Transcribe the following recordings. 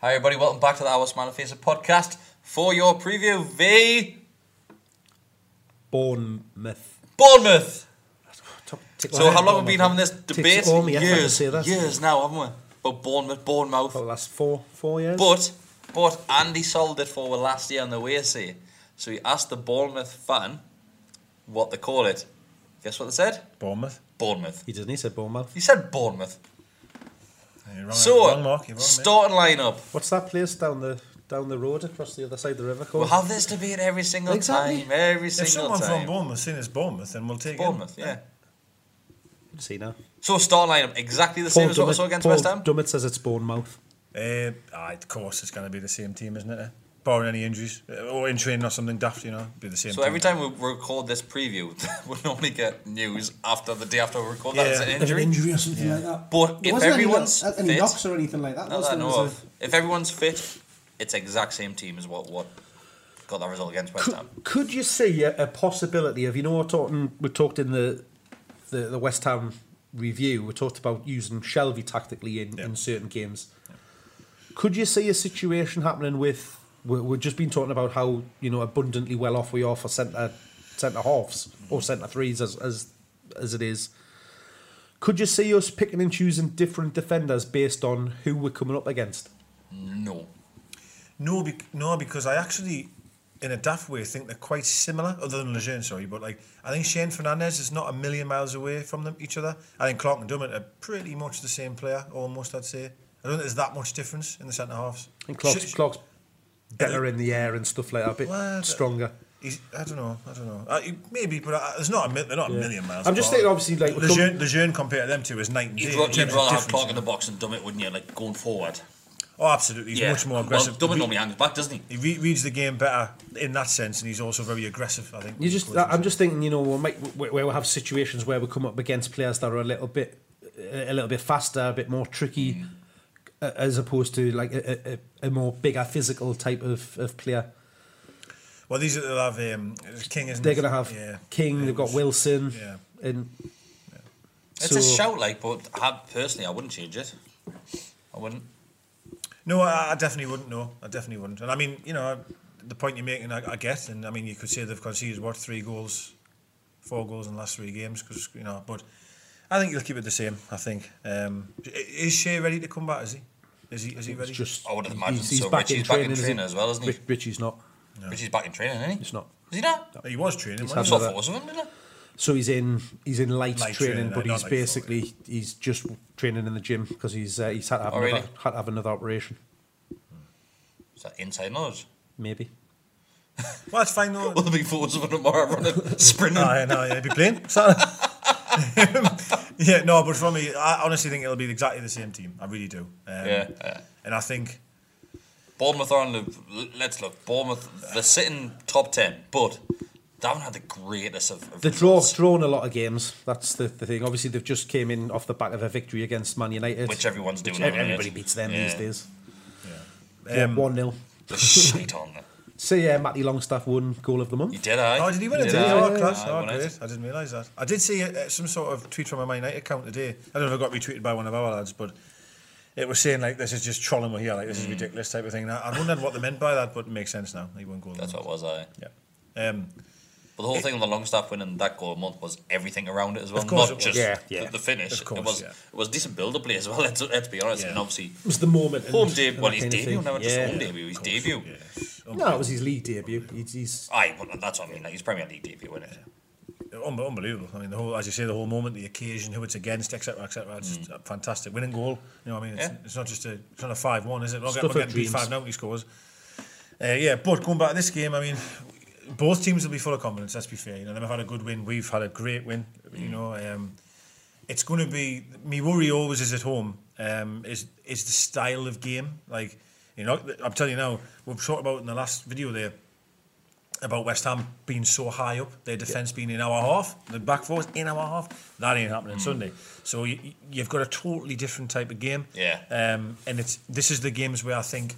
Hi everybody, welcome back to the Our Smiley Faces podcast for your preview v Bournemouth. Bournemouth. Top- tick So line, how Bournemouth. long have we been having this Ticks debate? all me off, I can years, say that. years now, haven't we? About Bournemouth, Bournemouth. Well, that's four, four years. But but Andy solved it for us last year on the way say. So he asked the Bournemouth fan what they call it. Guess what they said? Bournemouth. Bournemouth. He didn't. He said Bournemouth. He said Bournemouth. You're wrong, So wrong mark, you're wrong, mate. starting lineup. What's that place down the down the road across the other side of the river We'll called? have this debate every single Exactly. time. Every If single someone from time. Bournemouth seen as Bournemouth, then we'll take Bournemouth, it. yeah. See now. So start lineup exactly the same as what we saw against Paul West Ham. Dummett says it's Bournemouth. Uh, aye, of course, it's going to be the same team, isn't it? eh? Barring any injuries uh, or in training or something daft, you know, be the same. So every time we record this preview, we normally get news after the day after we record that Yeah. it's an An injury. injury or something like that. But There if wasn't any- everyone's any, fit- knocks or anything like that, Not was that I there? know There was of. If everyone's fit, it's exact same team as what what got that result against West Could, Ham. could you see a, a possibility of you know we're talking we talked in the the, the West Ham review we talked about using Shelby tactically in, in certain games. Could you see a situation happening with we- we've just been talking about how you know abundantly well off we are for centre centre halves or centre threes as as as it is. Could you see us picking and choosing different defenders based on who we're coming up against? No. No, bec no, because I actually, in a daft way, think they're quite similar, other than Lejeune, sorry. But like, I think Shane Fernandez is not a million miles away from them each other. I think Clark and Dummett are pretty much the same player, almost. I'd say. I don't think there's that much difference in the centre halves. And Clark's, Sh- Clark's better in the air and stuff like that, a bit Well, stronger. He's, I don't know. I don't know. Uh, he- maybe, but uh, there's not a mil- they're not a million miles. I'm just apart. thinking, obviously, like, we're Lejeune, Lejeune compared to them two is night and day. You'd, ra- in you'd terms of rather have difference, Clark in you the know. box and Dummett, wouldn't you? Like going forward. Oh, absolutely. He's much more aggressive. Well, Dummett Re- normally hangs back, doesn't he? he re- reads the game better in that sense, and he's also very aggressive. I think. You just, I'm just thinking, you know, we'll make where we'll have situations where we come up against players that are a little bit, a little bit faster, a bit more tricky, Mm. a- as opposed to like a, a, a more bigger physical type of, of player. Well, these are they'll have um, King, isn't They're it? gonna have yeah. King. They've got Wilson. Yeah. And It's so a shout, like, but I, personally, I wouldn't change it. I wouldn't. No, I, I definitely wouldn't. No, I definitely wouldn't. And I mean, you know, the point you're making, I, I get. And I mean, you could say they've conceded what three goals, four goals in the last three games, because you know. But I think you'll keep it the same. I think. Um, i- is Shea ready to come back? Is he? Is he? Is he it's ready? just I would imagine he's, he's so. back, in Richie's back in training, isn't training as well, isn't he? Rich, Richie's not. Richie's back in training, isn't he? It's not. Is he not? he was training. He's wasn't I he? saw having photos of him, didn't I? So he's in he's in light, Light training, training, but not he's like full, basically he's just training in the gym because he's uh, he's had to have Oh, another, really? had to have another operation. Is that inside knowledge? Maybe. Well, that's fine though. All the big photos of him tomorrow running, sprinting. I know, yeah, he'd be playing. So- yeah, no, but for me, I honestly think it'll be exactly the same team. I really do. Um, Yeah, yeah. And I think Bournemouth are on the. Let's look. Bournemouth, they're sitting top 10, but they haven't had the greatest of. of The draw's drawn a lot of games. That's the, the thing. Obviously, they've just came in off the back of a victory against Man United, Which everyone's doing at ev- the minute. Everybody beats them these Yeah. days. Yeah. Um, One 0 They're shite on them. So yeah, Matty Longstaff won goal of the month. You did, I. Oh, did he win it? You Did he? Oh, aye. class. Aye, Oh, won it. great. I didn't realise that. I did see uh, some sort of tweet from a Man United account today. I don't know if it got retweeted by one of our lads, but it was saying, like, this is just trolling we're here, like, this Mm. is ridiculous type of thing. And I, I wondered what they meant by that, but it makes sense now. He won't Oh. go That's what it was, I. Yeah. Um, But the whole thing on the long staff winning that goal a month was everything around it as well, Of course not it was. just Yeah, the- yeah. the finish. Of course, it was yeah. it was decent build up play as well. Let's, let's be honest. Yeah. And obviously, It was the moment. and- home and debut. that Well, his kind of debut. thing. Now just Yeah. home debut. His debut. Oh. No, it was his league debut. He's, he's Aye, but that's what I mean. Like, he's Premier League debut, isn't it? Un- unbelievable. I mean, the whole, as you say, the whole moment, the occasion, who it's against, etc., etc. It's just a fantastic winning goal. You know, what I mean, it's, Yeah. it's not just a, it's not a five-one, is it? We're not Stuff getting, of we're getting beat dreams. five now. when He scores. Uh, yeah, but going back to this game, I mean, both teams will be full of confidence. Let's be fair. You know, they've had a good win. We've had a great win. You Mm. know, um, it's going to be. Me worry always is at home. Um, is is the style of game like? You know, I'm telling you now. We've talked about in the last video there about West Ham being so high up, their defence being in our half, the back four's in our half. That ain't happening Sunday. So you, you've got a totally different type of game. Yeah. Um, and it's this is the games where I think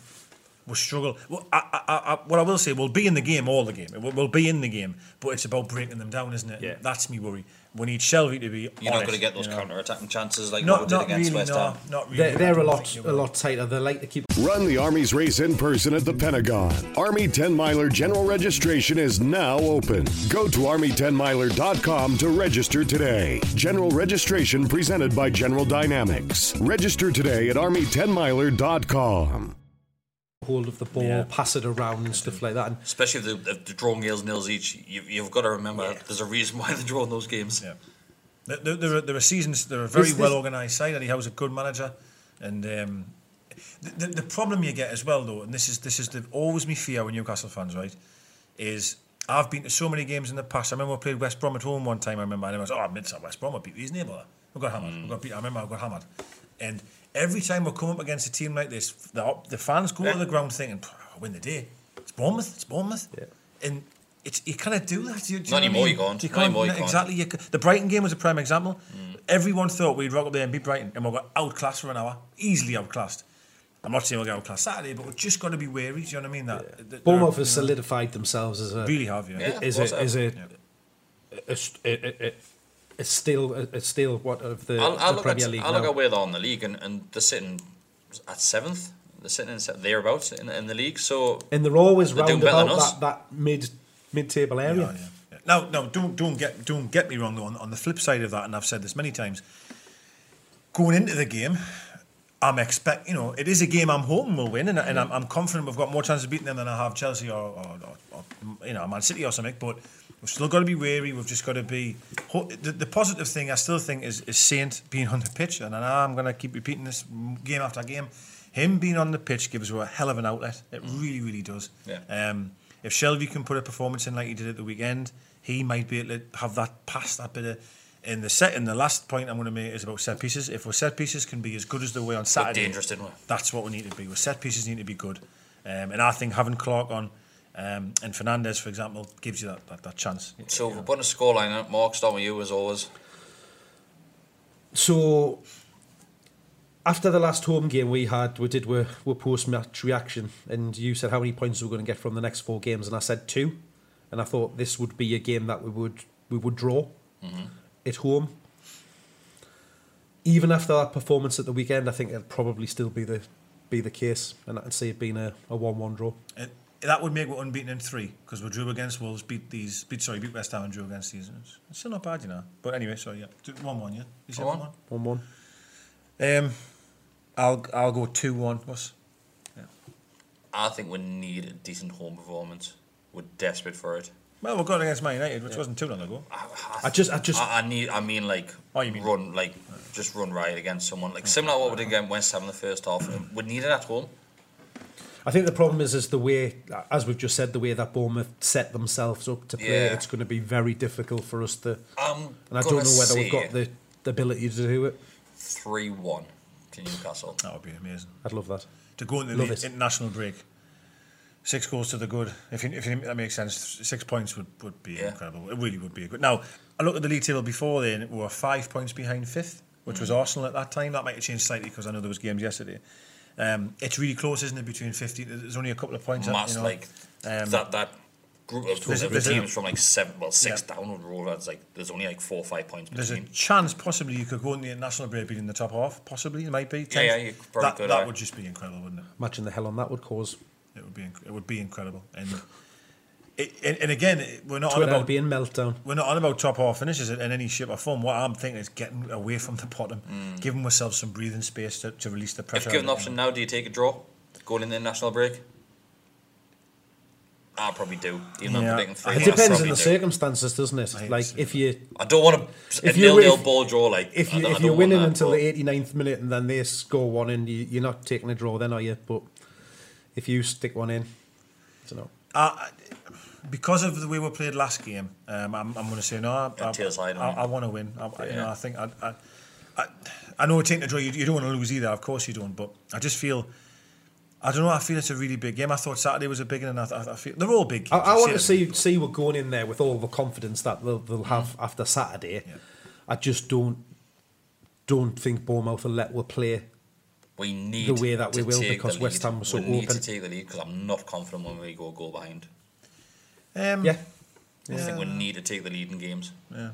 we'll struggle. Well, I, I, I, what I will say, we'll be in the game all the game. We'll, we'll be in the game, but it's about breaking them down, isn't it? Yeah. That's me worry. We need Shelby to be. You're on not it, going to get those you know. counter attacking chances like what Not, we did not against really. West No, Ham. not really. they're, they're I a don't think lot you a will. lot tighter. They like to keep Run the Army's race in person at the Pentagon. Army 10 Miler general registration is now open. Go to Army10miler.com to register today. General registration presented by General Dynamics. Register today at Army10miler.com. hold of the ball, pass it around, and stuff like that. And Especially if the, if the drawn games nils each, you, you've got to remember there's a reason why they're drawing those games. Yeah. They're- They're, they're, a- they're a seasons. They're a very This- this- well organised side, and he has a good manager. And um, the, the, the problem you get as well, though, and this is this is the, always me fear with Newcastle fans, right? Is I've been to so many games in the past. I remember I played West Brom at home one time. I remember, and I was oh, it's not West Brom. I beat these neighbour. We got hammered. We got beat. I remember I got hammered. And every time we come up against a team like this, the, the fans go to the ground thinking, "Pff, I win the day. It's Bournemouth. It's Bournemouth. And it's you can't do that. You, do you know Not what I anymore, mean? you can't. You Not anymore, you can't. Mm. Exactly. You c- the Brighton game was a prime example. Everyone thought we'd rock up there and beat Brighton, and we got outclassed for an hour, easily outclassed. I'm not saying we'll get outclassed Saturday, but we've just got to be wary. Do you know what I mean? That, that- Bournemouth they're- has solidified themselves as a really have, yeah. Yeah. is what's a, up? is a, a, st- a, a, a, a still a, a still what of the, I'll, I'll the look Premier at, League I'll look now. at where they're on the league, and, and they're sitting at seventh. They're sitting in, se- thereabouts in, in the league. So and they're always They're doing round better than about us. that, that mid mid table area. Yeah, yeah, yeah. Now, no, don't don't get don't get me wrong though. On, on the flip side of that, and I've said this many times, going into the game, I'm expect you know it is a game I'm hoping we'll win, and, and I'm, I'm confident we've got more chance of beating them than I have Chelsea or, or, or, or you know Man City or something. But we've still got to be wary. We've just got to Mm. be ho- the, the positive thing. I still think is, is Saint being on the pitch, and I know I'm going to keep repeating this game after game. Him being on the pitch gives us a hell of an outlet. It really, really does. Yeah. Um, if Shelby can put a performance in like he did at the weekend, he might be able to have that pass, that bit of. In the set, and the last point I'm going to make is about set pieces. If our set pieces can be as good as they were on Saturday, dangerous, didn't we? That's what we need to be. Our set pieces need to be good, um, and I think having Clark on um, and Fernandez, for example, gives you that that, that chance. so we're putting a scoreline out. Mark, start with you as always. So after the last home game we had, we did were were post match reaction, and you said how many points we were going to get from the next four games, and I said two, and I thought this would be a game that we would we would draw Mm-hmm. at home. Even after that performance at the weekend, I think it'll probably still be the be the case, and I'd say it being a, a one-one draw. It, that would make we unbeaten in three because we drew against Wolves, beat these, beat sorry, beat West Ham and drew against these. It's still not bad, you know. But anyway, sorry, yeah, one one, yeah. You said Go one on. one. One-one. Um, I'll I'll go two one. What's I think we need a decent home performance. We're desperate for it. Well, we're going against Man United, which wasn't too long ago. I just, I just, I, I need. I mean, like, run, like, just run riot against someone, like similar to what we did against West Ham in the first half. We need it at home. I think the problem is, is the way, as we've just said, the way that Bournemouth set themselves up to play. Yeah. It's going to be very difficult for us to. I'm and I don't know gonna whether we've say got the, the ability to do it. Three one to Newcastle. That would be amazing. I'd love that. To go into Love the it. international break, six goals to the good. If you, if you, that makes sense, six points would, would be incredible. It really would be a good. Now I looked at the league table before then. We were five points behind fifth, which Mm. was Arsenal at that time. That might have changed slightly because I know there was games yesterday. Um, it's really close, isn't it? Between fifty, there's only a couple of points. Mass, you know. um, like, that that group of There's a- the there's a- teams from like seven, well, six down would roll. That's like there's only like four or five points There's a between. chance possibly you could go in the international break being in the top half. Possibly, it might be. Yeah, yeah, tenth. you probably that, could, That aye. would just be incredible, wouldn't it? Imagine the hell on that would cause. It would be inc- it would be incredible, and it, and, and again, it- we're not Twitter on would about be in meltdown. we're not on about top half finishes in any shape or form. What I'm thinking is getting away from the bottom, giving ourselves some breathing space to, to release the If pressure. given the option now, do you take a draw going in the national break? I probably do. Even though I'm predicting three. It depends on the circumstances, doesn't it? like if you, I don't want to a If you win- nil-nil ball draw. Like if I you don't- I if you're don't want winning that, until but- the 89th minute and then they score one and you, you're not taking a draw, then are you? But if you stick one in, I don't know. Uh, because of the way we played last game, um, I'm, I'm going to say no. I, Yeah, I, tears I, lied on you. want to win. I, I- you know, Yeah. I think I, I, I, I know it's ain't a draw. You, you don't want to lose either. Of course you don't. But I just feel. I don't know. I feel it's a really big game. I thought Saturday was a big one. And I, I, I feel they're all big. Games. I, I I've want said to it. see see we're going in there with all the confidence that they'll, they'll have Mm. after Saturday. I just don't don't think Bournemouth will let we play. We need the way that we to will take because the West lead. Ham was so we need open. to take the lead because I'm not confident when we go goal behind. Um, yeah. I think we need to take the lead in games. Yeah.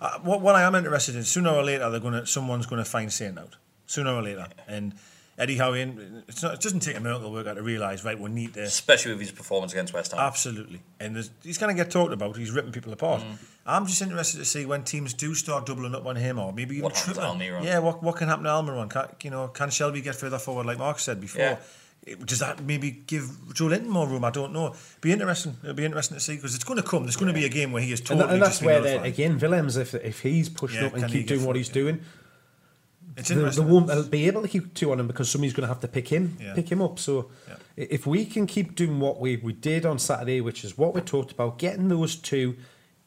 Uh, what, what I am interested in, sooner or later, they're going to someone's going to find Saint out. Sooner or later, and Eddie Howe, in- it's not, it doesn't take a miracle worker to realise, right? We need to Especially with his performance against West Ham. absolutely, and there's- he's going to get talked about. He's ripping people apart. I'm just interested to see when teams do start doubling up on him, or maybe even What happens to tripling. Almiron? Yeah, what, what can happen to Almiron? Can, you know, can Shelby get further forward, like Mark said before? Yeah. It- Does that maybe give Joe Linton more room? I don't know. Be interesting. It'll be interesting to see because it's going to come. There's going to be a game where he is And, totally. that, and that's just been where nullified. they're again Willems if if he's pushing Yeah, up and can he keep get doing what he's doing, It's they, they interesting. won't they'll be able to keep two on him because somebody's going to have to pick him Yeah. pick him up. So Yeah. i- if we can keep doing what we we did on Saturday, which is what we talked about, getting those two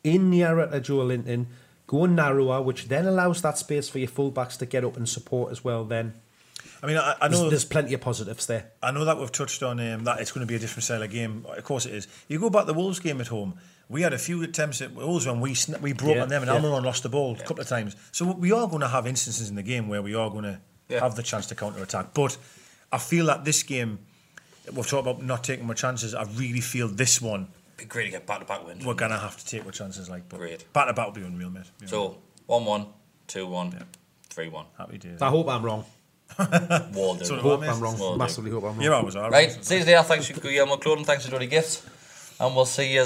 in nearer to Joe Linton, going narrower, which then allows that space for your fullbacks to get up and support as well. Then I mean, I, I know there's, there's plenty of positives there. I know that we've touched on um, that it's going to be a different style of game. Of course, it is. You go back to the Wolves game at home. We had a few attempts at Wolves when we sn- we broke Yeah, on them, and yeah. Almiron lost the ball a couple of times. So we are going to have instances in the game where we are going to Yeah. have the chance to counter attack. But I feel that this game, we've talked about not taking more chances. I really feel this one Be great to get back to back wins. we're going to have to take more chances. Like, but Great. back to back will be unreal, mate. Be unreal. So one one, two one, three one. happy days. I hope I'm wrong. Will do. Sort of Hope Well, I'm wrong. Will do. Massively hope I'm wrong. You're always all Right, see you there. Thanks for Guillermo Cloden. Thanks for doing the gift. And we'll see you